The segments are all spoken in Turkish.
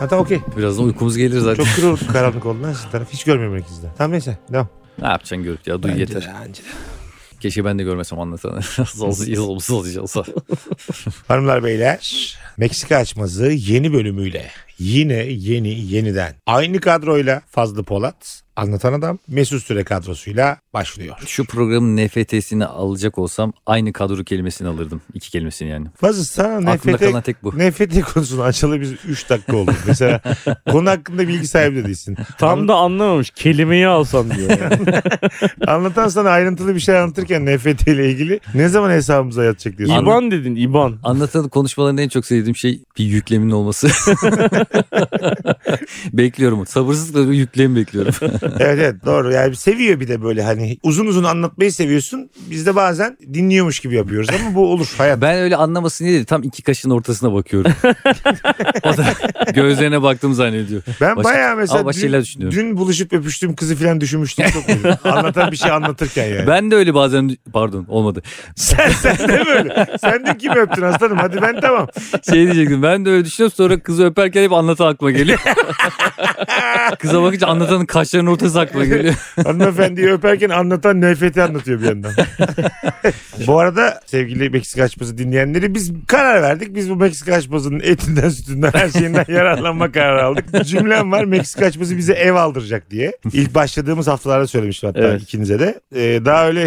zaten okey. Birazdan uykumuz gelir zaten. Çok kuru karanlık oldu lan sizin taraf. Hiç görmüyorum ikinizi de. Tamam neyse. Devam. Ne yapacaksın Gürk ya? Duy yeter. Keşke ben de görmesem anlatanı. Olsa iyi olsa olsa. Hanımlar beyler Meksika açmazı yeni bölümüyle yine yeni yeniden aynı kadroyla Fazlı Polat anlatan adam Mesut Süre kadrosuyla başlıyor. Şu programın NFT'sini alacak olsam aynı kadro kelimesini alırdım. İki kelimesini yani. Fazlı sana Aklımda nefrete, kalan tek bu. nefrete konusunu açalı biz 3 dakika oldu. Mesela konu hakkında bilgi sahibi de değilsin. Tam da anlamamış. Kelimeyi alsam diyor. Yani. Anlatan sana ayrıntılı bir şey anlatırken nefreteyle ilgili ne zaman hesabımıza yatacak diyorsun. İban dedin İban. Anlatan konuşmalarında en çok sevdiğim şey bir yüklemin olması. bekliyorum. Sabırsızlıkla bir yüklemi bekliyorum. evet evet doğru yani seviyor bir de böyle hani uzun uzun anlatmayı seviyorsun. Biz de bazen dinliyormuş gibi yapıyoruz ama bu olur hayat. Ben öyle anlamasın diye de tam iki kaşın ortasına bakıyorum. o da gözlerine baktım zannediyor. Ben Başka- bayağı mesela Ama başka dün, şeyler düşünüyorum. dün buluşup öpüştüğüm kızı falan düşünmüştüm çok üzüldüm. Anlatan bir şey anlatırken yani. Ben de öyle bazen pardon olmadı. Sen, sen de böyle. Sen de kimi öptün aslanım? Hadi ben tamam. Şey diyecektim ben de öyle düşünüyorum sonra kızı öperken hep anlatan aklıma geliyor. Kıza bakınca anlatanın kaşlarının ortası aklıma geliyor. Hanımefendiyi öperken anlatan nefreti anlatıyor bir yandan. bu arada sevgili Meksika açması dinleyenleri biz karar verdik. Biz bu Meksika açmasının etinden sütünden her şeyinden yararlanma kararı aldık. Cümlem var Meksika açması bize ev aldıracak diye. İlk başladığımız haftalarda söylemiştim hatta Evet. ikinize de. Ee, daha öyle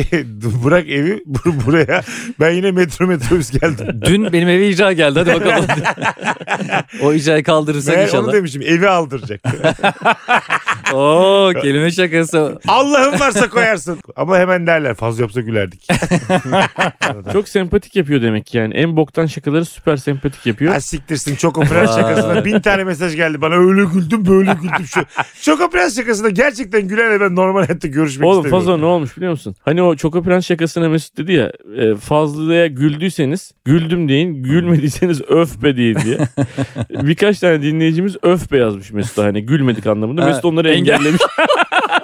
bırak evi bur- buraya. Ben yine metro metrobüs geldim. Dün benim eve icra geldi hadi bakalım. o icrayı kaldırırsak Meğer onu inşallah. demişim evi aldıracak. Oo kelime şakası. Allah'ın varsa koyarsın. Ama hemen derler fazla yoksa gülerdik. Çok sempatik yapıyor demek ki yani. En boktan şakaları süper sempatik yapıyor. Ha siktirsin Choco Prens Vay. şakasına bin tane mesaj geldi bana öyle güldüm böyle güldüm şu. Choco Prens şakasına gerçekten gülerle ben normal hayatta görüşmek Oğlum istemiyorum. fazla ne olmuş biliyor musun? Hani o Çoko Prens şakasına Mesut dedi ya e, Fazlı'ya güldüyseniz güldüm deyin gülmediyseniz öf be deyin diye. Birkaç tane dinleyicimiz öf be yazmış Mesut'a hani gülmedik anlamında. Ha, Mesut onları engel- engellemiş.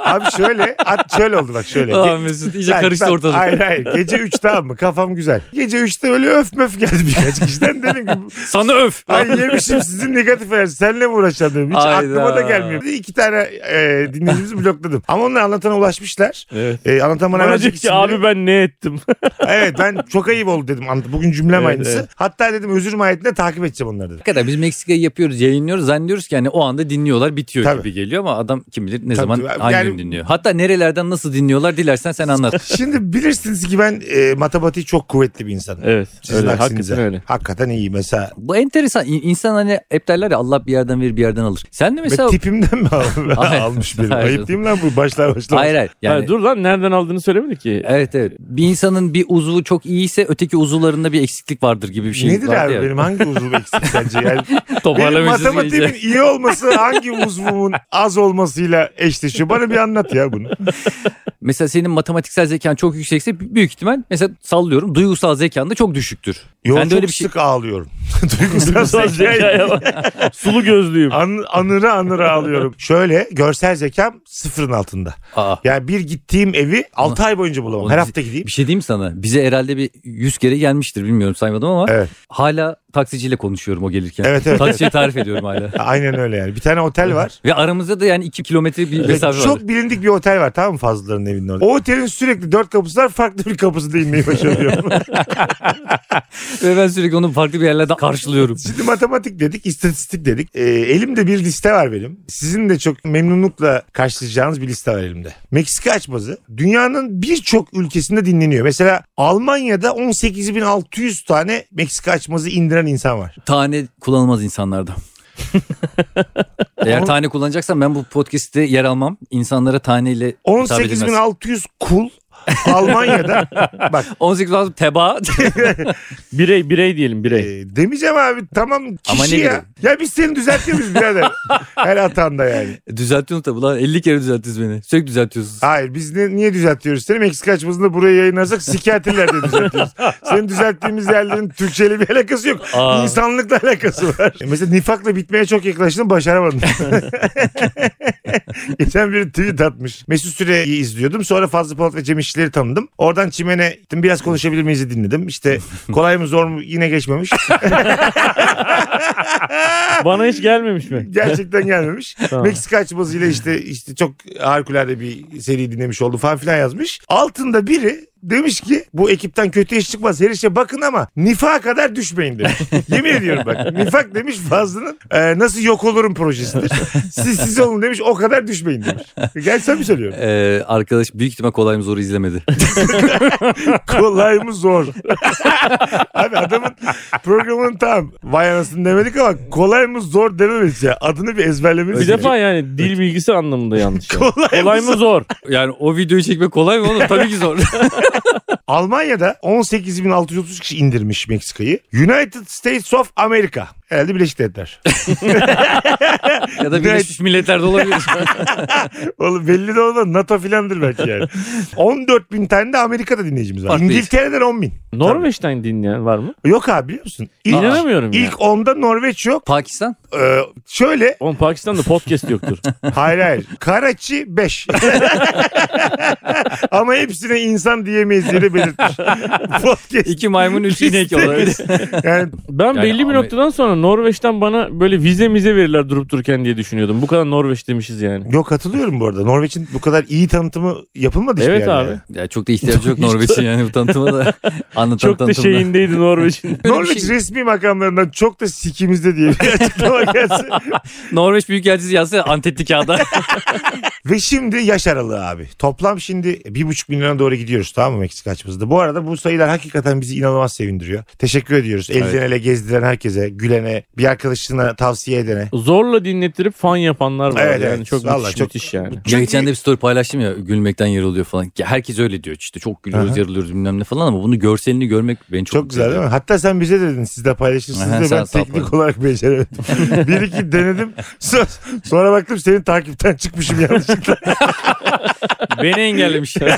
Abi şöyle at şöyle oldu bak şöyle. Aa, Ge- Mesut iyice Bak, karıştı bak, ortalık. Hayır hayır. Gece 3 tamam mı? Kafam güzel. Gece 3'te öyle öf möf geldi birkaç kişiden. Dedim ki Sana öf. Ay yemişim sizin negatif enerji. Seninle mi uğraşacağım dedim. Hiç Hayda. aklıma da gelmiyor. İki tane e, dinleyicimizi blokladım. Ama onlar anlatana ulaşmışlar. evet. E, anlatan bana Bana verecek diyecek ki abi ben ne ettim? Evet ben çok ayıp oldu dedim. Anlat- Bugün cümlem Evet, aynısı. evet. Hatta dedim özür mahiyetinde takip edeceğim onları dedim. Hakikaten biz Meksika'yı yapıyoruz, yayınlıyoruz. Zannediyoruz ki yani o anda dinliyorlar, bitiyor Tabii. gibi geliyor ama adam kim bilir ne zaman tabii. hangi Yani- gün dinliyor. Hatta nerelerden nasıl dinliyorlar dilersen sen anlat. Şimdi bilirsiniz ki ben e, matematiği çok kuvvetli bir insanım. Evet. Sizin öyle, aksinize. hakikaten öyle. Hakikaten iyi mesela. Bu enteresan. İ- İnsan hani hep derler ya Allah bir yerden verir bir yerden alır. Sen de mesela... Ve tipimden mi al- Hayır. almış beni? Hayır. Ayıp değil mi lan bu başlar başlar? Hayır hayır. Yani, Hayır, dur lan nereden aldığını söylemedi ki. Evet evet. Bir insanın bir uzuvu çok iyiyse öteki uzuvlarında bir eksiklik vardır gibi bir şey. Nedir vardı abi ya. benim hangi uzvum eksik sence? Yani benim Toparlamışız matematiğimin iyice. iyi olması hangi uzvumun az olmasıyla eşleşiyor? Bana bir anlat ya bunu. Mesela senin matematiksel zekan çok yüksekse büyük ihtimal mesela sallıyorum duygusal zekan da çok düşüktür. Yo, Sen de çok öyle bir şey- sık ağlıyorum. Duygusal Duygusal zekayı zekaya bak. Sulu gözlüyüm. An, anıra anıra ağlıyorum. Şöyle görsel zekam sıfırın altında. Aa. Yani bir gittiğim evi 6 ay boyunca bulamam. Oğlum Her bizi- hafta gideyim. Bir şey diyeyim mi sana. Bize herhalde bir 100 kere gelmiştir bilmiyorum saymadım ama. Evet. Hala taksiciyle konuşuyorum o gelirken. Evet, evet, Taksiciye tarif ediyorum hala. Aynen öyle yani. Bir tane otel var. Ve aramızda da yani 2 kilometre bir Ve mesafe çok var. bilindik bir otel var tamam mı Fazlıların evinin orada. O otelin sürekli dört kapısı var farklı bir kapısı da inmeyi başarıyorum. Ve ben sürekli onu farklı bir yerlerden karşılıyorum. Şimdi matematik dedik, istatistik dedik. Ee, elimde bir liste var benim. Sizin de çok memnunlukla karşılayacağınız bir liste var elimde. Meksika açmazı dünyanın birçok ülkesinde dinleniyor. Mesela Almanya'da 18.600 tane Meksika açmazı indiren insan var. Tane kullanılmaz insanlarda. Eğer Ama- tane kullanacaksan ben bu podcast'te yer almam. İnsanlara taneyle hitap edilmez. 18.600 kul Almanya'da bak 18 lazım teba. Birey birey diyelim birey. e, demeyeceğim abi tamam Ama kişi ne ya. Ya biz seni düzeltiyoruz birader. Her hatanda yani. Düzeltiyorsun tabii lan 50 kere düzelttiniz beni. Sürekli düzeltiyorsunuz. Hayır biz ne- niye düzeltiyoruz seni? Meksika açmasında buraya yayınlarsak psikiyatriler de düzeltiyoruz. Senin düzelttiğimiz yerlerin Türkçeyle bir alakası yok. Aa. İnsanlıkla alakası var. E, Mesela nifakla bitmeye çok yaklaştın başaramadın. Geçen bir tweet atmış. Mesut Süre'yi izliyordum. Sonra Fazlı Polat ve Cem İşçileri çiftçileri tanıdım. Oradan çimene gittim biraz konuşabilir miyiz'i dinledim. İşte kolay mı zor mu yine geçmemiş. Ee, Bana hiç gelmemiş mi? Gerçekten gelmemiş. Tamam. Meksika açmasıyla işte işte çok harikulade bir seri dinlemiş oldu falan filan yazmış. Altında biri demiş ki bu ekipten kötü iş çıkmaz her işe bakın ama nifağa kadar düşmeyin demiş. Yemin ediyorum bak nifak demiş Fazlı'nın e, nasıl yok olurum projesidir. Siz siz olun demiş o kadar düşmeyin demiş. E, Gerçekten mi söylüyorum? Ee, arkadaş büyük ihtimal kolay mı zoru izlemedi. Kolay mı zor? Abi adamın programının tam vay anasını demedik ama kolay mı zor dememesi ya. Adını bir ezberlememiz Bir lazım. defa yani dil bilgisi anlamında yanlış. yani. Kolay, Kolay mı zor? Yani o videoyu çekmek kolay mı oğlum? Tabii ki zor. Almanya'da 18.630 kişi indirmiş Meksika'yı. United States of America. Herhalde Birleşik Devletler. ya da Birleşmiş Milletler de olabilir. Oğlum belli de olmaz. NATO filandır belki yani. 14.000 tane de Amerika'da dinleyicimiz var. Farklı değil. İngiltere'den 10.000. Norveç'ten dinleyen var mı? Yok abi biliyor musun? İlk, İnanamıyorum ya. ilk 10'da Norveç yok. Pakistan? Ee, şöyle Oğlum Pakistan'da podcast yoktur. hayır hayır. Karachi 5. Ama hepsine insan diyemeyiz diye de belirtmiş. Podcast. İki maymun üç inek olabilir. Yani Ben Yani belli bir Amer- noktadan sonra Norveç'ten bana böyle vize mize verirler durup dururken diye düşünüyordum. Bu kadar Norveç demişiz yani. yok katılıyorum bu arada. Norveç'in bu kadar iyi tanıtımı yapılmadı hiçbir Evet yerde. abi. ya. ya çok da ihtiyacı yok Norveç'in yani bu tanıtıma da. Anlatan Çok da tanıtımda. şeyindeydi Norveç'in. Böyle bir Norveç şey- resmi makamlarından çok da sikimizde diye bir açıklama gelse. Norveç Büyükelçisi yazsa antetli kağıda. Ve şimdi yaş aralığı abi. Toplam şimdi bir buçuk milyona doğru gidiyoruz tamam mı Meksika açımızda. Bu arada bu sayılar hakikaten bizi inanılmaz sevindiriyor. Teşekkür ediyoruz. Elden Evet. ele gezdiren herkese, gülene, bir arkadaşına tavsiye edene. Zorla dinlettirip fan yapanlar var Evet, yani. evet. Çok Vallahi müthiş, çok- müthiş yani. ya geçen de bir story paylaştım ya gülmekten yarılıyor falan. Ya herkes öyle diyor işte çok gülüyoruz Aha. yarılıyoruz bilmem ne falan ama bunu görselini görmek beni çok, Çok güzel değil mi? Hatta sen bize de dedin siz de paylaşırsınız Aha, diye ben sağ- sağ teknik ol. olarak beceremedim. bir iki denedim sonra, sonra baktım senin takipten çıkmışım yanlışlıkla. Beni engellemiş. Durduk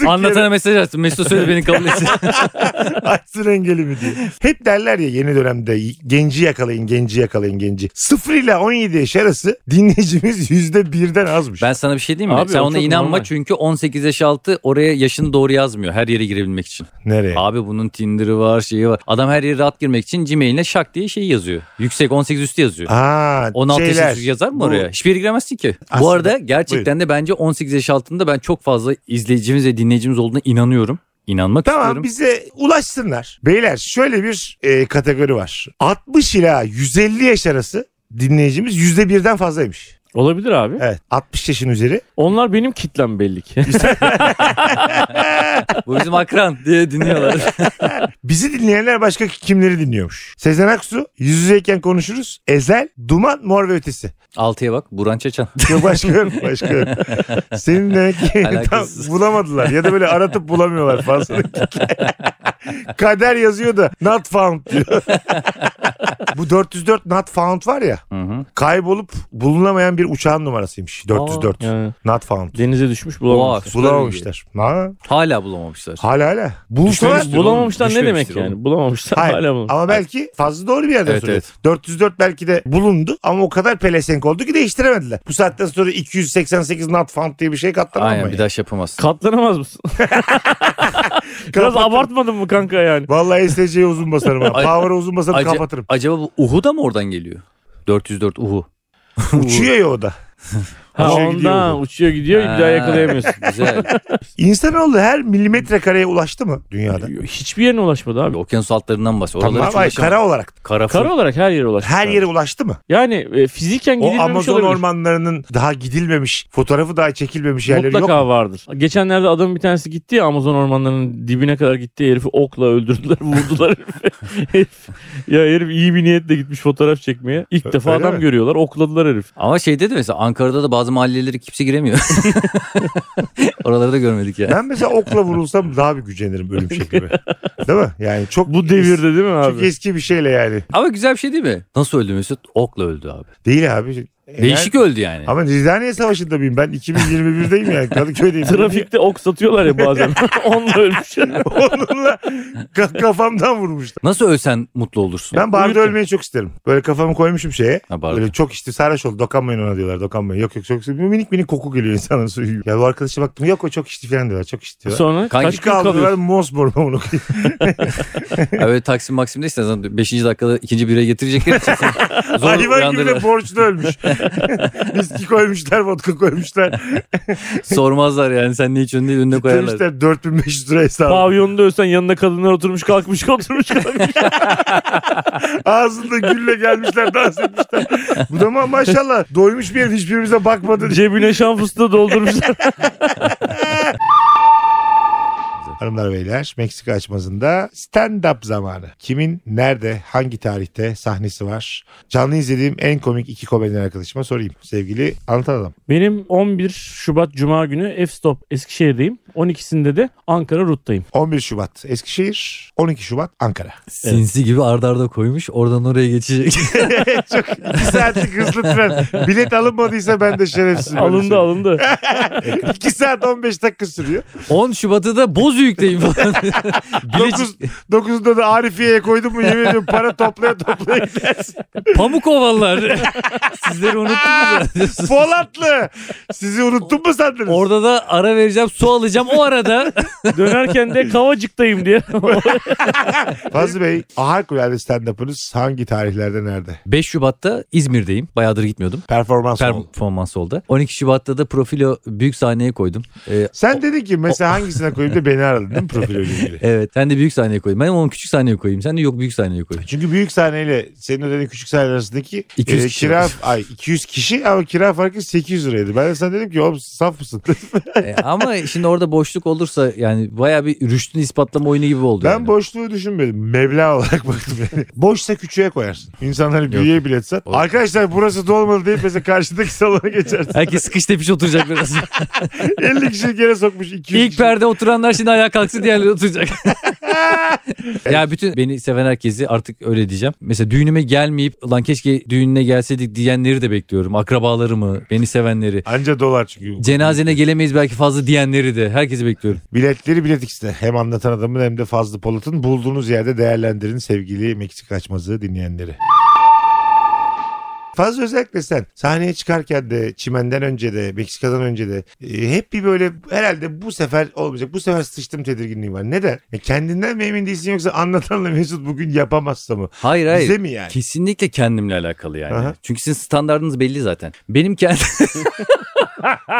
yere- Anlatana mesaj attım. Mesut söyle beni kabul etsin. Açsın engelimi diye. Hep derler ya yeni dönemde genci yakalayın, genci yakalayın, genci. 0 ile 17 yaş arası dinleyicimiz %1'den azmış. Ben sana bir şey diyeyim mi? Abi, Sen o ona çok inanma normal. çünkü 18 yaş altı oraya yaşını doğru yazmıyor. Her yere girebilmek için. Nereye? Abi bunun Tinder'ı var şeyi var. Adam her yere rahat girmek için Gmail'ine şak diye şey yazıyor. Yüksek 18 üstü yazıyor. Aa, 16 yaş şeyler. üstü yazar mı Bu- oraya? Hiçbir yere giremezsin ki. Aslında- Bu arada gerçekten de bence 18 yaş altında ben çok fazla izleyicimiz ve dinleyicimiz olduğuna inanıyorum. İnanmak Tamam istiyorum. bize ulaşsınlar. Beyler şöyle bir e, kategori var. 60 ila 150 yaş arası dinleyicimiz %1'den fazlaymış. Olabilir abi. Evet 60 yaşın üzeri. Onlar benim kitlem belli ki. Bu bizim akran diye dinliyorlar. Bizi dinleyenler başka kimleri dinliyormuş? Sezen Aksu, yüz yüzeyken konuşuruz. Ezel, Duman, Mor ve Ötesi. Altıya bak Buran Çeçen. Yok başka yok başka yok. Senin demek ki tam Alakasız. bulamadılar ya da böyle aratıp bulamıyorlar fazla. Kader yazıyor da not found diyor. Bu 404 not found var ya Hı hı. kaybolup bulunamayan bir uçağın numarasıymış 404 Yani not found. denize düşmüş Oha, bulamamışlar. süper bilgi. Bulamamışlar. Ha, Hala bulamamışlar. hala hala. Bulsalar Düşmemiş- Bulamamışlar ne Düşmemiştir demek oğlum. yani? Bulamamışlar Hayır. hala bulamamışlar. Ama belki fazla doğru bir yerden Evet, soruyor. evet. 404 belki de bulundu ama o kadar pelesenk oldu ki değiştiremediler. Bu saatten sonra 288 not found diye bir şey katlanamıyor. Aynen bir daha şey yapamaz. Katlanamaz mısın? Biraz abartmadın mı kanka yani? Vallahi STC'ye uzun basarım. ha. Ay- Power'a uzun basarım Acı- kapatırım. Acaba bu Uhu da mı oradan geliyor? 404 Uhu. Uçuyor ya o da. Ha Uçuyor gidiyor ondan bu. uçuyor gidiyor bir Ha. daha yakalayamıyorsun. Güzel. İnsanoğlu her milimetre kareye ulaştı mı Ee, dünyada? Hiçbir yerine ulaşmadı abi. Okyanus altlarından bahsediyor. Oraları Tamam hiç ay, ulaşamam. kara olarak. Kara, full. Kara olarak her yere ulaştı. Her yere ulaştı mı? Yani e, fiziken O gidilmemiş Amazon olabilir. ormanlarının daha gidilmemiş, fotoğrafı daha çekilmemiş yerleri Mutlaka yok. mu? vardır. Geçenlerde adamın bir tanesi gitti ya Amazon ormanlarının dibine kadar gitti herifi okla öldürdüler vurdular herifi. herif. Ya herif iyi bir niyetle gitmiş fotoğraf çekmeye. İlk Ö- defa öyle adam mi? görüyorlar okladılar herif. Ama şey dedi mesela Ankara'da da bazı mahallelere kimse giremiyor. Oraları da görmedik yani. Ben mesela okla vurulsam daha bir gücenirim ölüm şeklime. Değil mi? Yani çok Bu devirde değil mi Çok abi? eski bir şeyle yani. Ama güzel bir şey değil mi? Nasıl öldü Mesut? Okla öldü abi. Değil abi. Değişik öldü yani. Ama Rizaniye Savaşı'nda mıyım? Ben 2021'deyim yani. Kadıköy'deyim. Trafikte ok satıyorlar ya bazen. Onunla ölmüş. Onunla ka- kafamdan vurmuşlar. Nasıl ölsen mutlu olursun. Ben barda Uyutun. ölmeyi çok isterim. Böyle kafamı koymuşum şeye. Ha, barda. Böyle çok işte sarhoş oldu. Dokanmayın ona diyorlar. Dokanmayın. Yok yok çok. Minik minik koku geliyor insanın suyu. Ya bu arkadaşa baktım. Yok o çok içti falan diyorlar. Çok içti diyorlar. Sonra Kanki kaç gün Kaldırıyorlar kalıyorsun? mosmor onu. Ya böyle Taksim Maksim'de işte zaten 5. dakikada ikinci bire getirecekler için seni zor Hayvan gibi de uyandırırlar. borçlu ölmüş. Viski koymuşlar, vodka koymuşlar. Sormazlar yani sen ne için değil önüne koyarlar. Demişler 4500 lira hesabı. Pavyonda ölsen yanına kadınlar oturmuş kalkmış oturmuş kalkmış. Ağzında gülle gelmişler dans etmişler. Bu da ma- maşallah doymuş bir herif hiçbirimize bakmadı. diye. Cebine şan fıstığı doldurmuşlar. Hanımlar beyler Meksika açmazında stand-up zamanı. Kimin nerede hangi tarihte sahnesi var? Canlı izlediğim en komik iki komedyen arkadaşıma sorayım. Sevgili anlatan adam. Benim 11 Şubat Cuma günü F-Stop Eskişehir'deyim. 12'sinde de Ankara Rut'tayım. 11 Şubat Eskişehir, 12 Şubat Ankara. Sinsi gibi ardarda arda koymuş oradan oraya geçecek. Çok iki saatlik hızlı tren. Bilet alınmadıysa ben de şerefsizim. Öyle Alındı söyleyeyim. alındı. 2 saat 15 dakika sürüyor. 10 Şubat'ta da Bozüyük'teyim falan. Dokuz, Bilecik, dokuzunda da Arifiye'ye koydum mu yemin ediyorum para toplaya toplaya gidersin. pamuk ovalar. Sizleri unuttunuz. mu? Polatlı sizi unuttum mu sandınız? Orada da ara vereceğim su alacağım o arada. Dönerken de Kavacık'tayım diye. Fazlı Bey harikulade stand-up'ınız hangi tarihlerde nerede? 5 Şubat'ta İzmir'deyim. Bayağıdır gitmiyordum. Performans oldu. Performans oldu. 12 Şubat'ta da profilo büyük sahneye koydum. Ee, Sen dedin ki mesela hangisine koyayım da beni aradın değil mi profil ilgili? evet sen de büyük sahneye koydum. Ben onu küçük sahneye koyayım. Sen de yok büyük sahneye koy. Çünkü büyük sahneyle senin ödediğin küçük sahne arasındaki 200 e, kişi kira, var. ay, 200 kişi ama kira farkı 800 liraydı. Ben de sana dedim ki oğlum saf mısın? E, ama şimdi orada boşluk olursa yani baya bir rüştünü ispatlama oyunu gibi oldu. ben yani. boşluğu düşünmedim. Meblağ olarak baktım yani. Boşsa küçüğe koyarsın. İnsanları büyüğe bilet sat. Olur. Arkadaşlar burası dolmadı deyip mesela karşıdaki salona geçersin. Herkes sıkış tepiş oturacak biraz. 50 kişi gene sokmuş 200 İlk kişi. perde oturanlar şimdi ayağa kalksın diğerleri oturacak. ya bütün beni seven herkesi artık öyle diyeceğim. Mesela düğünüme gelmeyip lan keşke düğününe gelseydik diyenleri de bekliyorum. Akrabalarımı, beni sevenleri. Anca dolar çünkü. Cenazene gelemeyiz belki fazla diyenleri de. Herkesi bekliyorum. Biletleri bilet X'te. Hem anlatan adamın hem de Fazlı Polat'ın bulduğunuz yerde değerlendirin sevgili Meksika açmazı dinleyenleri. Fazla özellikle sen sahneye çıkarken de çimenden önce de Meksika'dan önce de e, hep bir böyle herhalde bu sefer olmayacak bu sefer sıçtım tedirginliği var. Neden? E, kendinden mi emin değilsin yoksa anlatanla Mesut bugün yapamazsa mı? Hayır hayır. Bize mi yani? Kesinlikle kendimle alakalı yani. Aha. Çünkü sizin standartınız belli zaten. Benim kendi...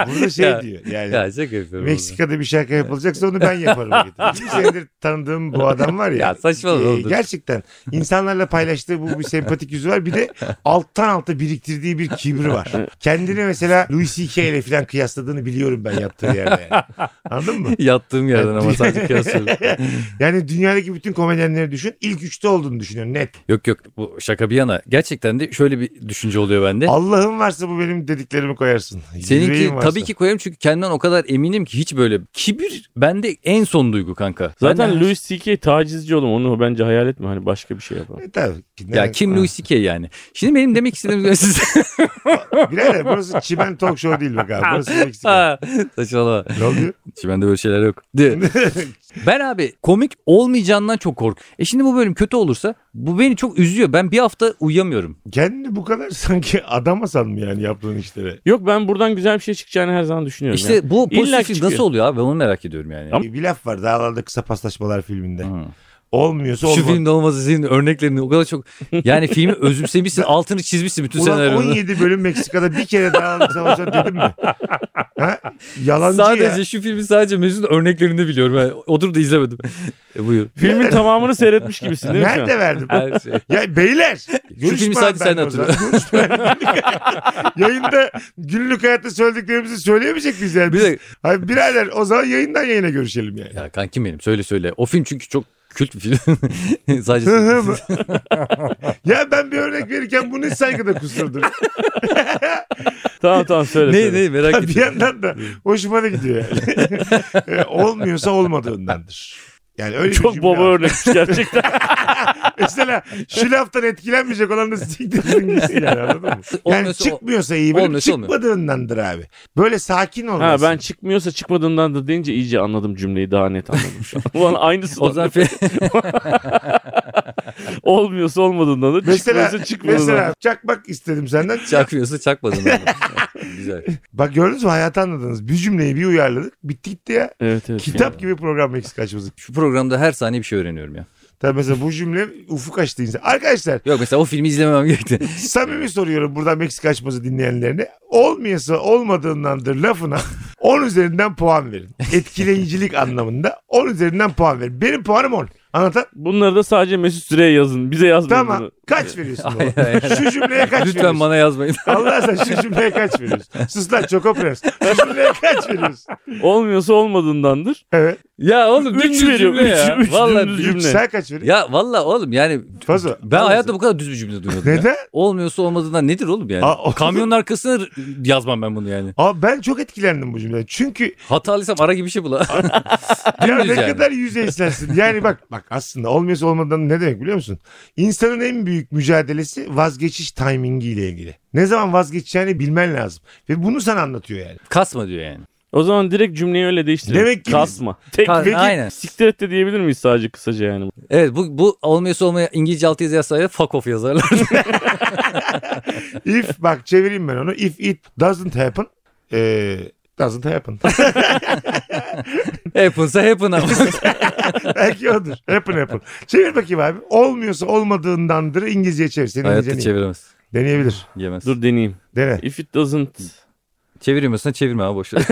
Burada şey Ya- diyor yani. ya şaka yapıyorum. Meksika'da bir şaka yapılacaksa onu ben yaparım. Bizim senedir tanıdığım bu adam var ya. Ee, Ya saçmalama oğlum. gerçekten insanlarla paylaştığı bu bir sempatik yüzü var. Bir de alttan alta biriktirdiği bir kibri var. Kendini mesela Louis C.K. ile falan kıyasladığını biliyorum ben yaptığı yerde. yani. Anladın mı? Yattığım yerden ama sadece kıyaslıyorum. Yani dünyadaki bütün komedyenleri düşün. İlk üçte olduğunu düşünüyorum net. Yok yok bu şaka bir yana. Gerçekten de şöyle bir düşünce oluyor bende. Allah'ın varsa bu benim dediklerimi koyarsın. Seninki Yüreğin varsa. tabii ki koyarım çünkü kendimden o kadar eminim ki hiç böyle kibir bende en son duygu kanka. Zaten Bende- Louis C.K. tacizci oğlum onu bence hayal etme hani başka bir şey yapalım. E, tabii. ki. ya kim Ha. Louis C.K. yani. Şimdi benim demek istediğim siz. Birader burası çimen talk show değil bak abi. Burası Meksika. Ha, Saçmalama. ne oluyor? Şimdi bende böyle şeyler yok. De. ben abi komik olmayacağından çok kork. E şimdi bu bölüm kötü olursa bu beni çok üzüyor. Ben bir hafta uyuyamıyorum. Kendini bu kadar sanki adamasan mı yani yaptığın işlere? Yok ben buradan güzel bir şey çıkacağını her zaman düşünüyorum. İşte ya. bu İlla pozitif ki film nasıl çıkıyor. oluyor abi? Ben onu merak ediyorum yani. Ama- Bir laf var dağlarda kısa paslaşmalar filminde. Hı. Olmuyorsa olmaz. Şu filmde olmazsa senin örneklerini o kadar çok yani filmi özümsemişsin altını çizmişsin bütün Ulan senaryonu. 17 bölüm Meksika'da bir kere dağlarda savaşan dedim mi? Ha? Yalancı Sadece ya. şu filmi sadece Mesut'un örneklerini biliyorum. Yani oturup da izlemedim. E, buyur. Filmin tamamını seyretmiş gibisin değil mi şu an? Nerede verdim? Her şey. Ya beyler. görüşme filmi abi sadece sen benimle o zaman. Görüşme. Yayında günlük hayatta söylediklerimizi söyleyemeyecek miyiz yani? Bir Biz, de Hayır, birader o zaman yayından yayına görüşelim yani. ya kankim benim söyle söyle. O film çünkü çok kült bir film. sadece Hı hı mı? ya ben bir örnek verirken bu ne saygıda kusurdur. Tamam tamam söyle. ne söyle. ne merak bir ettim. yandan da hoşuma da gidiyor yani. E, Olmuyorsa olmadığındandır. Yani öyle bir Çok cümle baba var. örnekmiş gerçekten. Mesela şu laftan etkilenmeyecek olan da siktirsin gitsin yani anladın mı? Yani Olmuyorsa o- çıkmıyorsa iyi böyle olmuyorsa olmuyor. çıkmadığındandır abi. Böyle sakin Ha olmasın. ben çıkmıyorsa çıkmadığından da deyince iyice anladım cümleyi daha net anladım. şu an. Ulan aynısı O zaman fe- olmuyorsa olmadığından da Mesela, çıkmıyorsa çıkmadığından. mesela çakmak istedim senden. çakmıyorsa çakmadın. oğlum. Güzel. Bak gördünüz mü hayatı anladınız. Bir cümleyi bir uyarladık. Bitti gitti ya. Evet evet. Kitap gibi program Meksika açması. Şu programda her saniye bir şey öğreniyorum ya. Tabii mesela bu cümle ufuk açtı insan. Arkadaşlar Yok mesela o filmi izlememem gerekti. samimi soruyorum buradan Meksika açması dinleyenlerine. Olmuyorsa olmadığındandır lafına 10 üzerinden puan verin. Etkileyicilik anlamında 10 üzerinden puan verin. Benim puanım 10. Anlatan? Bunları da sadece Mesut Süre'ye yazın. Bize yazmayın Tamam. bunu. Kaç veriyorsun? oğlum? Hayır, hayır. Şu cümleye kaç Lütfen veriyorsun? bana yazmayın. Allah sen şu cümleye kaç veriyorsun? Sus lan Çokopres. Şu cümleye kaç veriyorsun? Olmuyorsa olmadığındandır. Evet. ya oğlum Üç düz bir veriyorum, cümle üç, ya. üç Vallahi dümdüz düz- Cümle. Sen kaç veriyorsun? Ya valla oğlum yani Fazla. ben hayatta bu kadar düz bir cümle duymadım ya. Neden? Olmuyorsa olmadığından nedir oğlum yani? Aa, o- Kamyonun arkasına r- yazmam ben bunu yani. Abi ben çok etkilendim bu cümleden. Çünkü Hatalıysam ara gibi bir şey bul. ya ne Dümdüz yani. kadar yüzeyselsin. Yani bak bak aslında olmuyorsa olmadan ne demek biliyor musun? İnsanın en büyük mücadelesi vazgeçiş timingi ile ilgili. Ne zaman vazgeçeceğini bilmen lazım. Ve bunu sana anlatıyor yani. Kasma diyor yani. O zaman direkt cümleyi öyle değiştirelim. Demek ki- Kasma. Tek Ka- peki- Aynen. siktir et de diyebilir miyiz sadece kısaca yani? Evet bu, bu olmuyorsa olmaya İngilizce altı yazı yazsaydı fuck off yazarlar. If bak çevireyim ben onu. If it doesn't happen. E, doesn't happen. Happen'sa happen ama. Belki odur. Happen happen. Çevir bakayım abi. Olmuyorsa olmadığındandır İngilizce çevir. Senin Hayatta İngilizcen iyi. çeviremez. Deneyebilir. Yemez. Dur. Dur deneyeyim. Dene. If it doesn't... Çeviremiyorsan çevirme abi boş ver.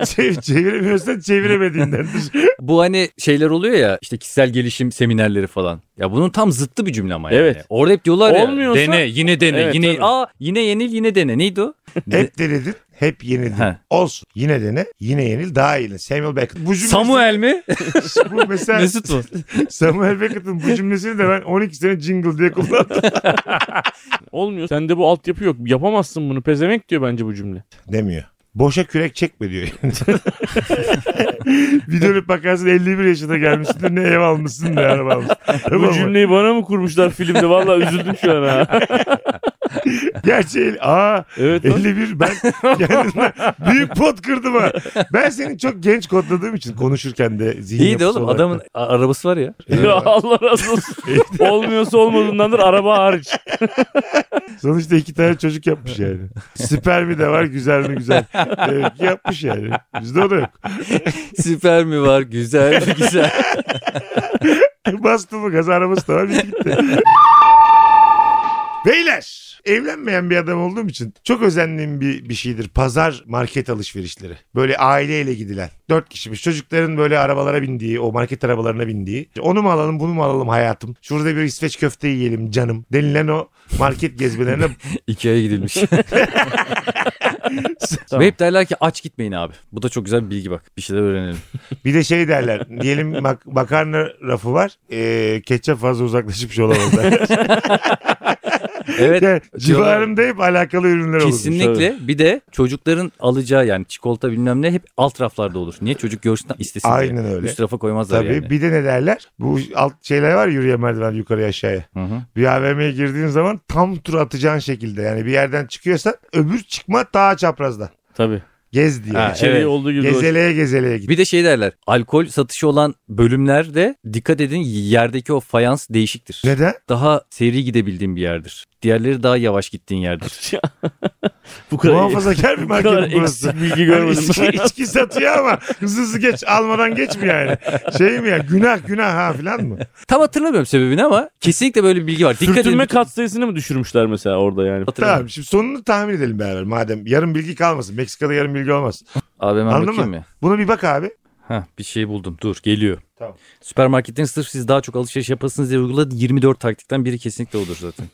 Çev- çeviremiyorsan çeviremediğindendir. Bu hani şeyler oluyor ya işte kişisel gelişim seminerleri falan. Ya bunun tam zıttı bir cümle ama yani. Evet. Orada hep diyorlar ya Olmuyorsa- dene yine dene Evet, yine tabii. aa yine yenil yine dene. Neydi o? Hep denedin, hep yenildin. Ha. Olsun. Yine dene, yine yenil, daha iyi. Samuel Beckett. Bu cümlesi- Samuel mi? bu mesela Mesut mu? Samuel Beckett'in bu cümlesini de ben 12 sene jingle diye kullandım. Olmuyor. Sende bu altyapı yok. Yapamazsın bunu. Pezevenk diyor bence bu cümle. Demiyor. Boşa kürek çekme diyor. bir dönüp bakarsın 51 yaşına gelmişsin de ne ev almışsın ne araba almışsın. Tamam Bu mı? cümleyi bana mı kurmuşlar filmde? Vallahi üzüldüm şu an ha. Gerçi el- aa Evet. 51 ben kendime büyük pot kırdım ha. Ben seni çok genç kodladığım için konuşurken de zihin İyi de yapısı oğlum olarak adamın a- arabası var ya. Ya Allah razı olsun. Olmuyorsa olmadığındandır araba hariç. Sonuçta iki tane çocuk yapmış yani. Süper mi de var güzel mi güzel. Demek ki yapmış yani. Bizde o da yok. Süper mi var? Güzel mi? Güzel. Bastı mı gaz arabası da var bitti gitti. Beyler evlenmeyen bir adam olduğum için çok özendiğim bir, bir şeydir. Pazar market alışverişleri. Böyle aileyle gidilen. Dört kişimiş. Çocukların böyle arabalara bindiği, o market arabalarına bindiği. Onu mu alalım, bunu mu alalım hayatım? Şurada bir İsveç köfte yiyelim canım denilen o market gezmelerine Ikea'ya gidilmiş. Tamam. Ve hep derler ki aç gitmeyin abi. Bu da çok güzel bir bilgi bak. Bir şeyler öğrenelim. Bir de şey derler. Diyelim mak- makarna rafı var. Ee, ketçap fazla uzaklaşmış olamaz. derler. Evet. Yani diyorlar. civarımda hep alakalı ürünler olur. Kesinlikle. Bir de çocukların alacağı yani çikolata bilmem ne hep alt raflarda olur. Niye? Çocuk görsün istesin diye. Aynen öyle. Üst rafa koymazlar Tabii. yani. Bir de ne derler? Bu alt şeyler var yürüyen merdiven yukarıya aşağıya. Hı hı. Bir AVM'ye girdiğin zaman tam tur atacağın şekilde. Yani bir yerden çıkıyorsan öbür çıkma daha çaprazda. Tabii. Gez diye. Ha, İçeriği Evet. olduğu gibi. Şey, Gezeleye gezeleye git. Bir de şey derler. Alkol satışı olan bölümlerde dikkat edin yerdeki o fayans değişiktir. Neden? Daha seri gidebildiğin bir yerdir. Diğerleri daha yavaş gittiğin yerdir. bu kadar, Muhafazakar bir bu kadar market burası. eksik bilgi Yani görmedim. içki, içki satıyor ama hızlı hızlı geç almadan geç mi yani? Şey mi ya günah günah ha filan mı? Tam hatırlamıyorum sebebini ama kesinlikle böyle bir bilgi var. Dikkat Sürtünme edin. katsayısını mı düşürmüşler mesela orada yani? Hatırlamıyorum. Tamam şimdi sonunu tahmin edelim beraber madem. Yarım bilgi kalmasın. Meksika'da yarım bilgi olmaz. Abi hemen Anladın bakayım mı? mı? Bunu bir bak abi. Heh, bir şey buldum. Dur geliyor. Tamam. Süpermarketten sırf siz daha çok alışveriş yapasınız diye uyguladığı 24 taktikten biri kesinlikle odur zaten.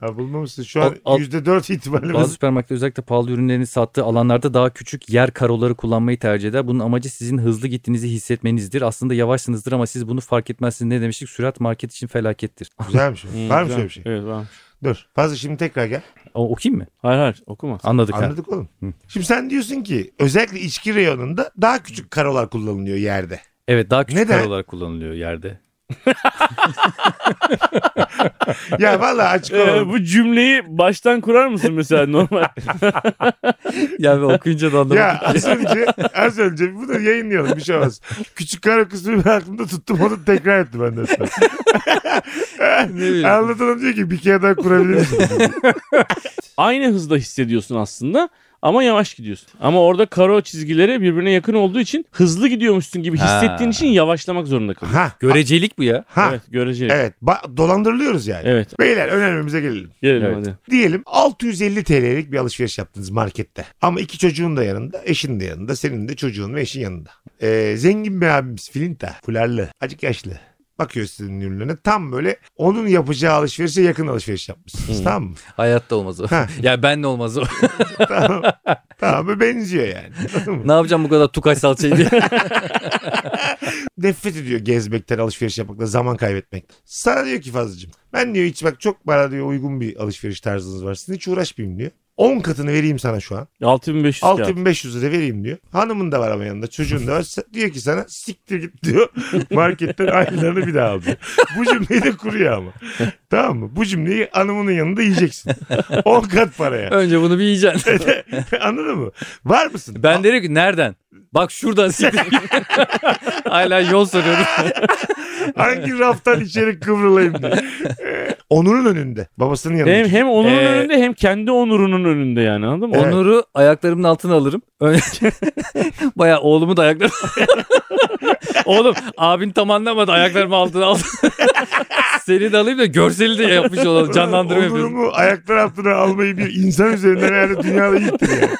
Ha, bulmamışsın. Şu an Al- al- %4 itibariyle. Bazı süpermarketler özellikle pahalı ürünlerini sattığı alanlarda daha küçük yer karoları kullanmayı tercih eder. Bunun amacı sizin hızlı gittiğinizi hissetmenizdir. Aslında yavaşsınızdır ama siz bunu fark etmezsiniz. Ne demiştik? Sürat market için felakettir. Güzelmiş. Hmm, var mı güzel. şöyle bir şey? Evet var. Dur. Fazla şimdi tekrar gel. O, okuyayım mı? Hayır hayır okuma. Anladık. ha. Anladık oğlum. Şimdi sen diyorsun ki özellikle içki reyonunda daha küçük karolar kullanılıyor yerde. Evet daha küçük Neden? karolar kullanılıyor yerde. ya valla açık Ee, olalım. bu cümleyi baştan kurar mısın mesela normal? Yani okuyunca da anlamadım. Ya az önce, az önce bunu yayınlayalım bir şey olmaz. Küçük kara kısmı ben aklımda tuttum onu tekrar ettim ben de ne sonra. bileyim. Anlatalım diyor ki bir kere daha kurabilir misin? Aynı hızda hissediyorsun aslında ama yavaş gidiyorsun. Ama orada karo çizgileri birbirine yakın olduğu için hızlı gidiyormuşsun gibi hissettiğin Ha. için yavaşlamak zorunda kalıyorsun. ha Görecelik bu ya. ha Evet göreceğiz. Evet. evet Ba- dolandırılıyoruz yani. Beyler önermemize gelelim. Gelelim Evet. hadi. Diyelim 650 TL'lik bir alışveriş yaptınız markette. Ama iki çocuğun da yanında, eşin de yanında, senin de çocuğun ve eşin yanında. Ee, zengin bir abimiz Filinta, fularlı, acık yaşlı. Bakıyor sizin ürünlerine tam böyle onun yapacağı alışverişe yakın alışveriş yapmışsınız tamam mı? Hayatta olmaz o. Ha. ya ben de olmaz o. tamam. Tamam böyle benziyor yani. Anladın mı? ne yapacağım bu kadar tukay salçayı diye. Nefret ediyor gezmekten, alışveriş yapmakla, zaman kaybetmekten. Sana diyor ki Fazlıcığım ben diyor hiç bak çok bana diyor uygun bir alışveriş tarzınız var. Sizin hiç uğraşmayayım diyor. 10 katını vereyim sana şu an. 6500 kağıt. 6500 lira vereyim diyor. Hanımın da var ama yanında çocuğun da var. Sa- Diyor ki sana siktir git diyor. Marketten aynılarını bir daha al diyor. Bu cümleyi de kuruyor ama. Tamam mı? Bu cümleyi hanımının yanında yiyeceksin. 10 kat paraya. Önce bunu bir yiyeceksin. Anladın mı? Var mısın? ben derim ki nereden? Bak şuradan siktir. Hala yol soruyorum. Hangi raftan içeri kıvrılayım diye. Ee, Onur'un önünde. Babasının yanında. Hem, hem onurun Ee, önünde hem kendi onurunun önünde yani anladın mı? Evet. Onur'u ayaklarımın altına alırım. Ön- Bayağı oğlumu da ayaklarım. Oğlum abin tam anlamadı ayaklarımı altına aldı. Seni de alayım da görseli de yapmış olalım. Canlandırma yapıyorsun. Onur'umu ayaklar altına almayı bir insan üzerinden herhalde dünyada ilktir yani.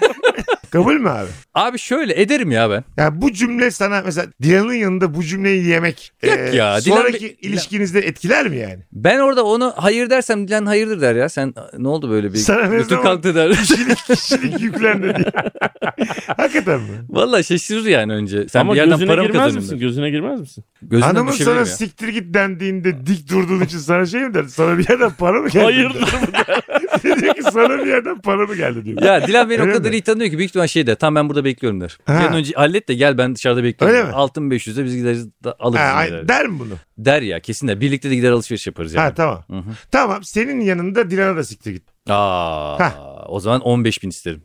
Kabul mü abi? Abi şöyle ederim ya ben. Yani bu cümle sana mesela Dilan'ın yanında bu cümleyi yemek e, Yok ya, Dilan sonraki bir- ilişkinizde etkiler mi yani? Ben orada onu hayır dersem Dilan hayırdır der ya. Sen ne oldu böyle bir Sana ne götür zaman- kalktı der. Kişilik yüklendi diye. Hakikaten mi? Valla şaşırır yani önce. Sen Ama bir yerden gözüne para mı girmez kazanıyorsun? misin? Gözüne girmez misin? Gözünden Hanımın düşebilir sana şey ya. siktir git dendiğinde dik durduğun için sana şey mi der? Sana bir yerden para mı geldi? Hayır. Der. diyor ki sana bir yerden para mı geldi diyor. Ya Dilan beni o Öyle kadar mi? iyi tanıyor ki büyük ihtimal şey der. Tamam ben burada bekliyorum der. Ha. Bir an önce hallet de gel ben dışarıda bekliyorum. Öyle mi? Altın 500'e biz gideriz da alırız. Ha, yine ay- der. der mi bunu? Der ya kesin der. Birlikte de gider alışveriş yaparız yani. Ha tamam. Hı hı. Tamam senin yanında Dilan'a da siktir git. Aa, o zaman 15 bin isterim.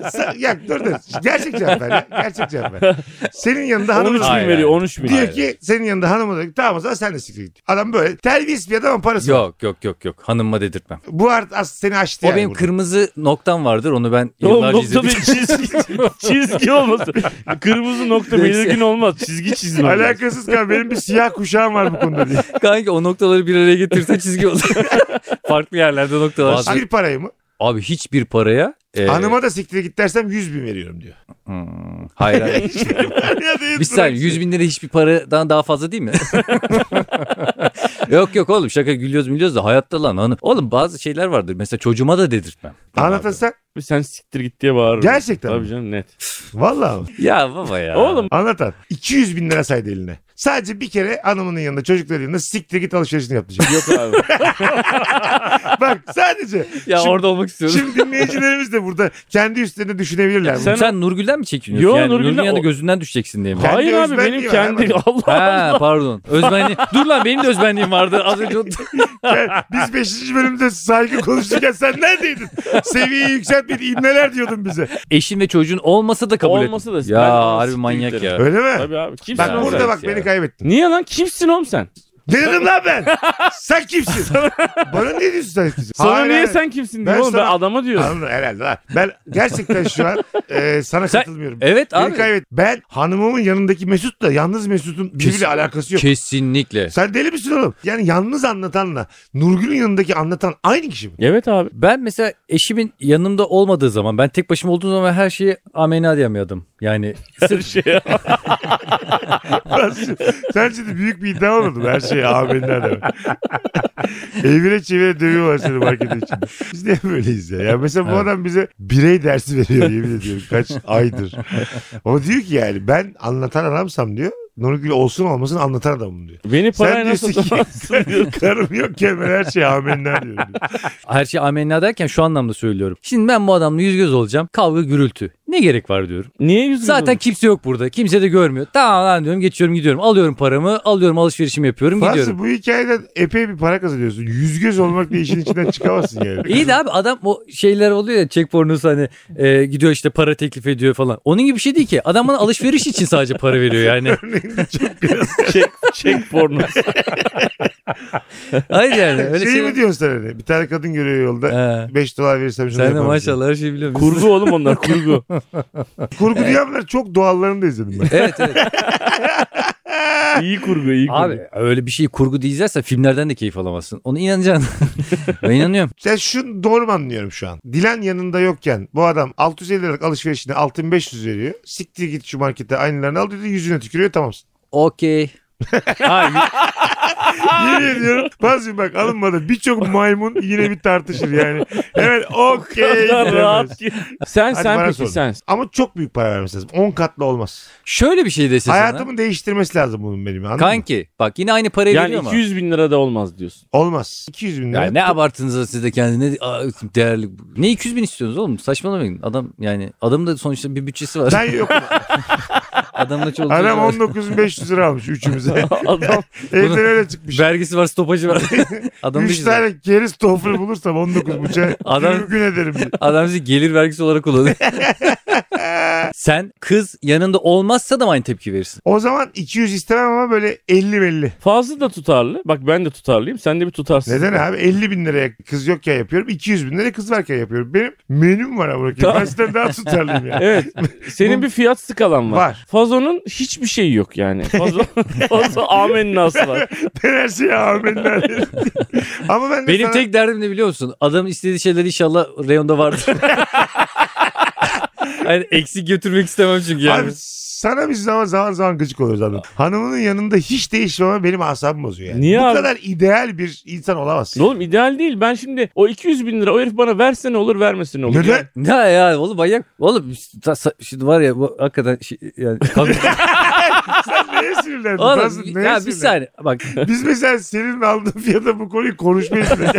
Sa- ya dur dur. Gerçek cevap ver. ya. Gerçek cevap ver. Senin yanında 13 hanımın bin da... Hayır, veriyor hayır. 13 bin. Diyor Hayır. ki senin yanında hanımın da tamam o zaman sen de siktir git. Adam böyle terbiyesiz bir adam ama parası var. yok yok yok yok. Hanımıma dedirtmem. Bu art as seni aştı O yani benim burada. kırmızı noktam vardır. Onu ben Oğlum yıllarca nokta bir izledim. çizgi, çizgi olmasın. Kırmızı nokta Neyse. belirgin olmaz. Çizgi çizin olmaz. Alakasız kan benim bir siyah kuşağım var bu konuda diye. Kanki o noktaları bir araya getirse çizgi olur. Farklı yerlerde noktalar. Abi, Abi, bir parayı mı? hiçbir paraya. e, Hanıma da siktir git dersem 100 bin veriyorum diyor. hmm, hayır hayır. ya değil, Bir saniye 100 bin lira hiçbir paradan daha fazla değil mi? yok yok oğlum şaka gülüyoruz gülüyoruz da hayatta lan hanım. Oğlum bazı şeyler vardır mesela çocuğuma da dedirtmem. Anlatın sen. Sen siktir git diye bağırırım. Gerçekten Tabii mi? canım net. Valla mı? Ya baba ya. Oğlum Anlatan. 200 bin lira saydı eline. Sadece bir kere hanımının yanında çocukların yanında siktir git alışverişini yapacak. yok abi. Bak sadece. ya şimdi, orada olmak istiyorum. şimdi dinleyicilerimiz de burada kendi üstlerine düşünebilirler. sen, Sen- Nurgül'den mi çekiniyorsun? Yo, yani Nurgül'den- Nurgül'ün yanında o- gözünden düşeceksin diye mi? Kendi Hayır abi özbenliği benim var kendi abi. Allah. Ha pardon. Özbenliğim. Dur lan benim de özbenliğim vardı. Az önce unuttum. Yani biz 5. bölümde saygı konuşurken sen neredeydin? Seviyeyi yükseltmedi ibneler diyordun bize. Eşin ve çocuğun olmasa da kabul et. Olmasa da ben Ya ona harbi siktir manyak giderim. ya. Öyle mi? Tabii abi. Kimsin Bak Ya, oğlum burada evet sen? bak ya. beni kaybettin. Niye lan kimsin oğlum sen? Ne dedim lan ben? Sen kimsin? Bana ne diyorsun sen kimsin? Sana Hayır, niye hayır. sen kimsin Ben diyor oğlum ben sana- adama diyorum. Anladım herhalde lan. Ben gerçekten şu an e, sana Sen- katılmıyorum. Evet Beni abi. kaybet. Ben hanımımın yanındaki Mesut'la yalnız Mesut'un birbiriyle Kesin- alakası yok. Kesinlikle. Sen deli misin oğlum? Yani yalnız anlatanla Nurgül'ün yanındaki anlatan aynı kişi mi? Evet abi. Ben mesela eşimin yanımda olmadığı zaman ben tek başıma olduğum zaman her şeyi amena diyen bir adam. Yani Her şey Sen şimdi büyük bir iddia olmadı mı? Her şeye aminler demek. Evine çevire dövüyorlar seni marketin içinde. Biz niye böyleyiz ya? ya mesela bu Evet. adam bize birey dersi veriyor yemin ediyorum kaç aydır. O diyor ki yani ben anlatan adamsam diyor. Nurgül olsun olmasın anlatan adamım diyor. Beni Sen parayla diyorsun nasıl ki karım yokken ben her şeye aminler diyorum. her şey amenna derken şu anlamda söylüyorum. Şimdi ben bu adamla yüz göz olacağım. Kavga gürültü. Ne gerek var diyorum. Niye yüz Zaten kimse yok burada. Kimse de görmüyor. Tamam lan diyorum geçiyorum gidiyorum. Alıyorum paramı alıyorum alışverişimi yapıyorum gidiyorum. Faslı bu hikayeden epey bir para kazanıyorsun. Yüz göz olmak diye işin içinden çıkamazsın yani. İyi de abi adam o şeyler oluyor ya çek pornosu hani e, gidiyor işte para teklif ediyor falan. Onun gibi bir şey değil ki. Adam bana alışveriş için sadece para veriyor yani. Örneğinde çok çek, çek porno. Hayır yani öyle şey, şey. mi diyorsun sen hani? Bir tane kadın görüyor yolda. He. 5 dolar verirsem şunu Sen de yaparım maşallah her şeyi biliyorsun. kurgu oğlum onlar kurgu. diye. Kurgu diyenler çok doğallarını da izledim ben. Evet evet. İyi kurgu iyi kurgu. Abi öyle bir şey kurgu diyeceksen filmlerden de keyif alamazsın. Ona inanacaksın. ben inanıyorum. Sen şunu doğru mu anlıyorum şu an? Dilen yanında yokken bu adam 650 liralık alışverişine 6500 veriyor. Siktir git şu markete aynılarını al dedi yüzüne tükürüyor tamamsın. Okey. Ha, Yemin ediyorum. Bazı bak alınmadı. Birçok maymun yine bir tartışır yani. Evet okey. yüzden demez. rahat ki. Sen Hadi sen bana peki sorun. sen. Ama çok büyük para vermesi lazım. 10 katlı olmaz. Şöyle bir şey dese Hayatımı değiştirmesi lazım bunun benim. Anladın mı? Kanki bak yine aynı parayı Yani veriyor ama. 200 bin lira da olmaz diyorsun. Olmaz. 200 bin lira. Ya ne abarttınız da siz de kendine Aa, değerli. Ne 200 bin istiyorsunuz oğlum? Saçmalamayın. Adam yani adamın da sonuçta bir bütçesi var. Ben yok. Adamın da çok Adam 19500 lira almış üçümüze. Adam Evden öyle çıkmış. Vergisi var, stopajı var. Adam 3 güzel. tane keriz tofil bulursam 19.5'a Adam- Adam... gün ederim. Adam bizi gelir vergisi olarak kullanıyor. Sen kız yanında olmazsa da mı aynı tepki verirsin. O zaman 200 istemem ama böyle 50 belli. fazla da tutarlı. Bak ben de tutarlıyım. Sen de bir tutarsın. Neden abi? 50 bin liraya kız yokken yapıyorum. 200 bin liraya kız varken yapıyorum. Benim menüm var ama. Ben Tamam. sizden daha tutarlıyım ya. Evet. Senin bir fiyat skalan var. Var. Fazonun hiçbir şeyi yok yani. Fazo, fazo amennası var. Ben her şeye amenna derim. ama ben de Benim sana- tek derdim ne biliyor musun? Adamın istediği şeyler inşallah reyonda vardır. yani eksik götürmek istemem çünkü yani. Abi sana biz zaman zaman zaman gıcık oluyoruz abi. Hanımının yanında hiç değişmeme benim asabım bozuyor yani. Niye Bu abi? kadar ideal bir insan olamazsın. Oğlum ideal değil. Ben şimdi o 200 bin lira o herif bana verse ne olur vermese ne olur. Neden? Yani Ne ya oğlum manyak. Oğlum ta- sa- şimdi var ya bu hakikaten şey, yani. Neye sinirlendin? Nasıl- oğlum neye ya bir sinirlendin? saniye bak Biz mesela senin aldığın fiyata bu konuyu konuşmayız bile.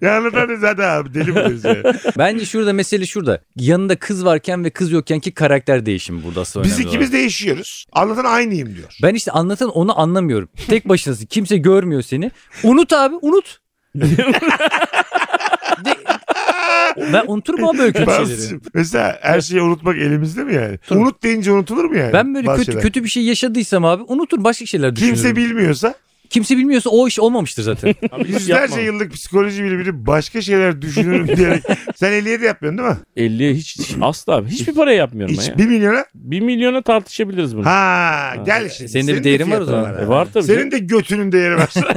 ya anlatan da zaten abi deli buluyoruz yani. bence şurada mesele şurada. Yanında kız varken ve kız yokken ki karakter değişimi burada aslında Biz önemli olan. ikimiz değişiyoruz. Anlatan aynıyım diyor. Ben işte anlatan onu anlamıyorum. Tek başınasın. Kimse görmüyor seni. Unut abi unut. De- ben unuturum abi böyle kötü şeyleri. Ben- mesela her şeyi unutmak elimizde mi yani? Unut deyince unutulur mu yani? Ben böyle Bazı kötü şeyler. kötü bir şey yaşadıysam abi unutur başka şeyler düşünürüm. Kimse Kimse, bilmiyorsa bilmiyorsa o iş olmamıştır zaten. abi hiç yüzlerce yapma. yıllık psikoloji bilimini başka şeyler düşünürüm diyerek. Sen 57 de yapmıyorsun değil mi? 50'ye hiç, hiç- asla abi. Hiçbir paraya yapmıyorum ben Hiç, ya. 1 milyona. 1 milyona tartışabiliriz bunu. Ha gel şimdi. Senin de bir değerin var o fiyatın zaman. E var tabii. Senin de götünün değeri var. canım.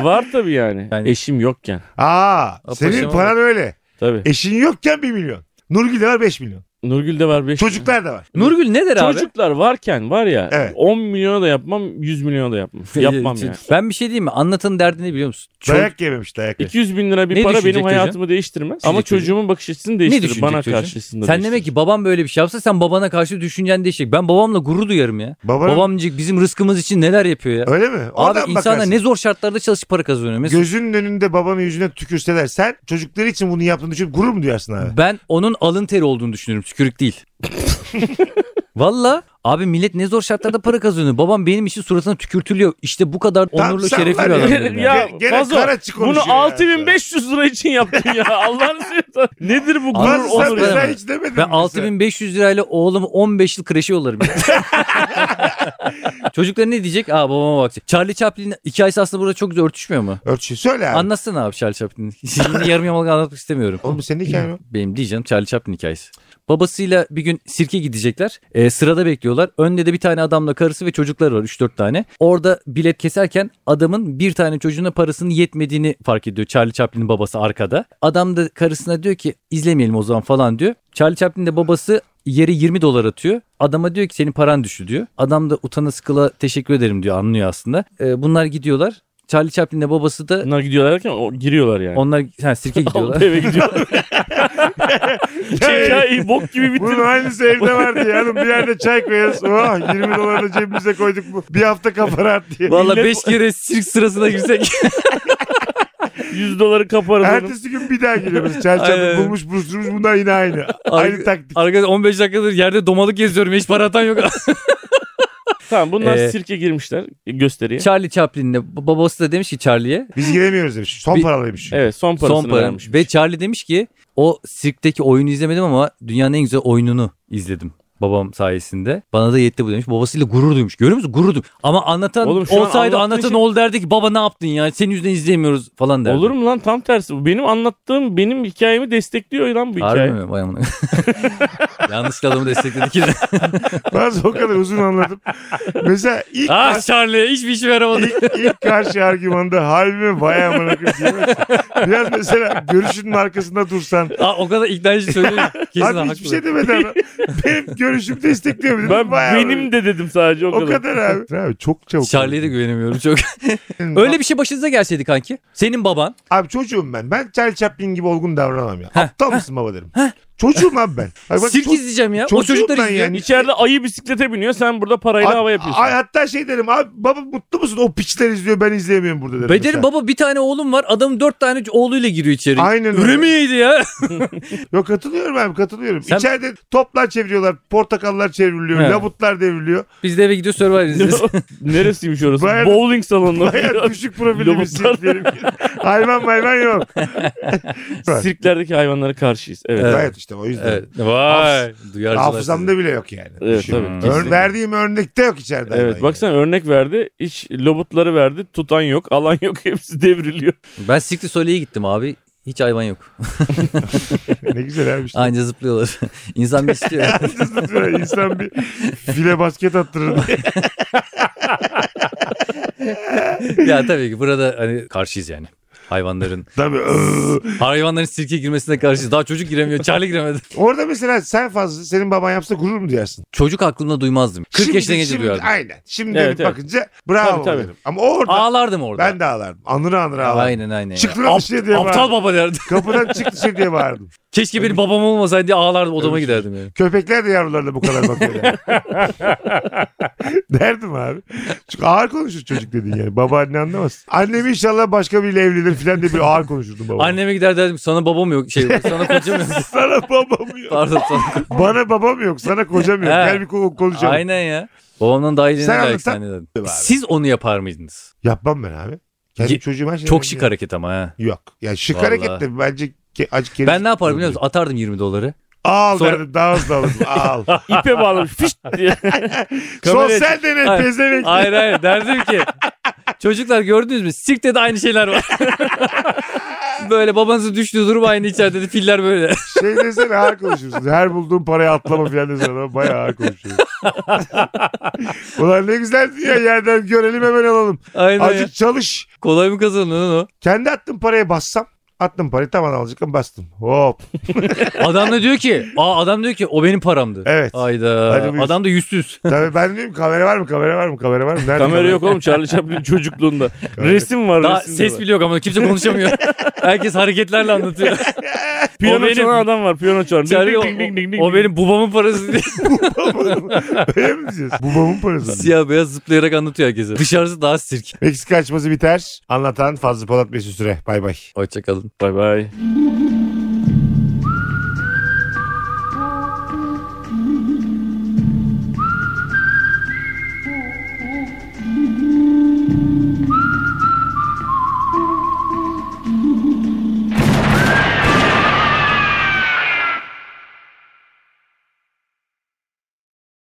E var tabii yani. Yani- Eşim yokken. Aa, senin paşama paran öyle. Tabii. Eşin yokken 1 milyon. Nurgül de var 5 milyon. Nurgül de var 5 Çocuklar da var. Nurgül ne der abi? Çocuklar varken var ya Evet. 10 milyona da yapmam 100 milyona da yapmam. Yapmam yani. Ben bir şey diyeyim mi? Anlatanın derdini biliyor musun? Çok- Dayak yememiş dayak. yemiş. 200 bin lira bir Ne para benim düşünecek çocuğun? hayatımı değiştirmez. Ama Düşünecek çocuğumun bakış açısını ne değiştirir. düşünecek Bana çocuğun? karşısında Sen demek değiştirir. ki babam böyle bir şey yapsa sen babana karşı düşüncen değişecek. Ben babamla gurur duyarım ya. Babanın- Babam diyecek bizim rızkımız için neler yapıyor ya. Öyle mi? Abi Oradan insanlar bakarsın. ne zor şartlarda çalışıp para kazanıyor. Mesela Gözünün önünde babanın yüzüne tükürseler sen çocukları için bunu yaptığını düşünüp gurur mu duyarsın abi? ben onun alın teri olduğunu düşünüyorum. Tükürük değil. Valla abi millet ne zor şartlarda para kazanıyor. Babam benim için suratına tükürtülüyor. İşte bu kadar Tamam, onurlu sen şerefli var bir ya. adam. benim ya. ya Ge- gene Fazo, Karaçi bunu konuşuyor ya. 6500 lira için yaptın ya. Allah'ını seversen. Nedir bu gurur Bazı sen onur ya? mesela yani. hiç demedin. Ben mi 6500 lirayla oğlumu 15 yıl kreşe yollarım. Çocuklar ne diyecek? Aa babama bak. Charlie Chaplin'in hikayesi aslında burada çok güzel örtüşmüyor mu? mesela? Ölçü söyle abi. Anlatsana abi Charlie Chaplin'i. Şimdi yarım yamalak anlatmak istemiyorum. Oğlum bu senin hikayen o. Benim diyeceğim Charlie Chaplin hikayesi. Babasıyla bir gün sirke gidecekler. Ee, sırada bekliyorlar. Önde de bir tane adamla karısı ve çocukları var 3-4 tane. Orada bilet keserken adamın bir tane çocuğuna parasının yetmediğini fark ediyor. Charlie Chaplin'in babası arkada. Adam da karısına diyor ki izlemeyelim o zaman falan diyor. Charlie Chaplin de babası yeri 20 dolar atıyor. Adama diyor ki senin paran düştü diyor. Adam da utana sıkıla teşekkür ederim diyor anlıyor aslında. Ee, bunlar gidiyorlar. Charlie Chaplin'le babası da Bunlar gidiyorlar derken o, giriyorlar yani. onlar ha, sirke gidiyorlar. Alıp eve gidiyorlar. Hikayeyi bok gibi Bunun bitir. aynısı evde vardı ya. Oğlum bir yerde çay koyarız. Oh 20 dolarını cebimize koyduk bu. Bir hafta kafa rahat diye. Valla Millet- 5 kere sirk sırasına girsek. 100 doları kaparız onun. Ertesi gün bir daha geliyoruz. Çel Aynen. çabuk bulmuş buluşturmuş bunlar yine aynı. aynı taktik. Arkadaş 15 dakikadır yerde domalık geziyorum. Hiç para atan yok. Tamam bunlar Ee, sirke girmişler gösteriye. Charlie Chaplin'le babası da demiş ki Charlie'ye. Biz giremiyoruz demiş. Son Bir- paralıymış. Evet son parasını Son para. vermiş. Ve Charlie demiş ki o sirkteki oyunu izlemedim ama dünyanın en güzel oyununu izledim babam sayesinde. Bana da yetti bu demiş. Babasıyla gurur duymuş. Görüyor musun? Gurur duymuş. Ama anlatan Oğlum şu an olsaydı anlattığın anlatan şey- ol derdi ki baba ne yaptın ya? Senin yüzünden izleyemiyoruz falan derdi. Olur mu lan tam tersi. Bu Benim anlattığım benim hikayemi destekliyor lan bu hikaye. Harbi mi? Vay amına. Yanlış adamı destekledi ki. Bazı o kadar uzun anladım. Mesela ilk, ah Charlie hiçbir işime yaramadı. ilk, ilk karşı argümanda halbime bayağı bırakır diyemezsin. Biraz mesela görüşünün arkasında dursan. Aa, o kadar ikna edici söylüyor. Kesin Abi hiçbir haklı. şey demedi adam. Benim görüşüm destekliyor. dedim. Ben Bayağı benim de dedim sadece o, O kadar. kadar abi. abi çok çabuk. Charlie'ye de güvenemiyorum çok. Öyle bir şey başınıza gelseydi kanki. Senin baban. Abi çocuğum ben. Ben Charlie Chaplin gibi olgun davranamam ya. Heh. Aptal mısın baba derim. çocuğum abi ben. Ay E bak Sirk çok- izleyeceğim ya. O çocuğum çocuklar ben izliyor. yani. İçeride ayı bisiklete biniyor sen burada parayla Ay- hava yapıyorsun. ay hatta şey derim abi baba mutlu musun? O piçler izliyor ben izleyemiyorum burada derim. Be derim mesela. baba bir tane oğlum var. Adamın dört tane oğluyla giriyor içeri. Aynen öyle. Üremeyeydi ya. Yok katılıyorum abi katılıyorum. Sen- İçeride toplar çeviriyorlar. Portakallar çevriliyor. He. Labutlar devriliyor. Biz de eve gidiyor Survivor izliyoruz. Neresiymiş orası? Bayağı- Bowling salonu. Bayağı düşük profilli bir Labutlar. sirk derim. hayvan hayvan yok. şey. Sirklerdeki hayvanlara karşıyız. Evet. Evet. işte o yüzden. evet. Vay. Duyarcılar. Hafızamda bile yok yani. Evet, Düşün. tabii, Ör- kesinlikle. verdiğim örnekte yok içeride. hayvan Evet yani. baksana örnek verdi. Hiç lobutları verdi. Tutan yok. Alan yok. Hepsi devriliyor. sizi. Ben Sikri Soleil'e gittim abi. Hiç hayvan yok. ne güzel abi işte. Anca zıplıyorlar. İnsan bir istiyor. Böyle İnsan bir file basket attırır. diye. ya tabii ki burada hani karşıyız yani. Hayvanların Tabii. ıı. hayvanların sirke girmesine karşıyız. Daha çocuk giremiyor. Charlie giremedi. Orada mesela sen fazla senin baban yapsa gurur mu duyarsın? Çocuk aklımda duymazdım. 40 Şimdi- yaşına gelince şimdi- duyardım. Aynen. Şimdi Evet, evet. bakınca bravo Tabii, tabii. derim. Ama orada Ağlardım orada. ben de ağlardım. Anıra anıra ağlardım. Aynen aynen. ya. Çık lan dışarı diye Aptal bağırdım. baba derdim. Kapıdan çık dışarı diye bağırdım. Keşke benim babam olmasaydı diye ağlardım odama şey giderdim yani. Köpekler de yavrularına bu kadar bakıyorlar. Derdim abi. Çünkü ağır konuşur çocuk dedin yani. Baba anne anlamaz. Annem inşallah başka biriyle evlenir filan diye bir ağır konuşurdum babama. Anneme gider derdim sana babam yok şey yok, sana kocam yok. Sana babam yok. Pardon sana. Bana babam yok. Sana kocam yok. He. Gel bir ko- konuşalım. Aynen ya. Babamdan daha iyilerini Sen belki anlatsan- sen de dedin. Tabii abi. Siz onu yapar mıydınız? Yapmam ben abi. Kendi Ye- çocuğum her şeyden Çok önce- şık hareket ama ha. Yok. Ya şık Vallahi. hareket de bence ke- acı kere. Ben ne yapardım biliyor musun? Atardım 20 doları. Al Sonra- derdim. Daha hızlı alırdım. Al. İpe bağlamış. Fişt diye. Son Kameraya- sen dene Ay. pezevenk. Hayır hayır derdim ki çocuklar gördünüz mü? Sirkte de aynı şeyler var. böyle babanızın düştüğü durum aynı içeride de filler böyle. Şey desene ağır konuşursun. Her bulduğun parayı atlama falan desene. Ama Bayağı ağır konuşuyorsun. Ulan ne güzel ya yerden görelim hemen alalım. Aynen ya. Azıcık çalış. Kolay mı kazanılır lan o? Kendi attığım paraya bassam. Attım parayı tamam alacaktım bastım. Hop. Adam da diyor ki, aa adam diyor ki o benim paramdı. Evet. Hayda. Hadi buyur. Adam da yüzsüz. Tabii ben diyorum kamera var mı kamera var mı kamera var mı? Nerede Kamera yok oğlum Charlie Chaplin çocukluğunda. Resim var. Daha resim de ses var. bile yok ama kimse konuşamıyor. Herkes hareketlerle anlatıyor. Piyano O benim- çalan adam var. Piyano çalan. Ding, Çağrı, o, ding, ding, ding, ding, ding. o benim babamın parası diye Öyle mi diyeceğiz? Babamın parası. siyah beyaz zıplayarak anlatıyor herkese. Dışarısı daha sirk. Meksika açması biter. Anlatan Fazlı Polat Mesut Süre. Bay bay. Hoşçakalın. Bay bay.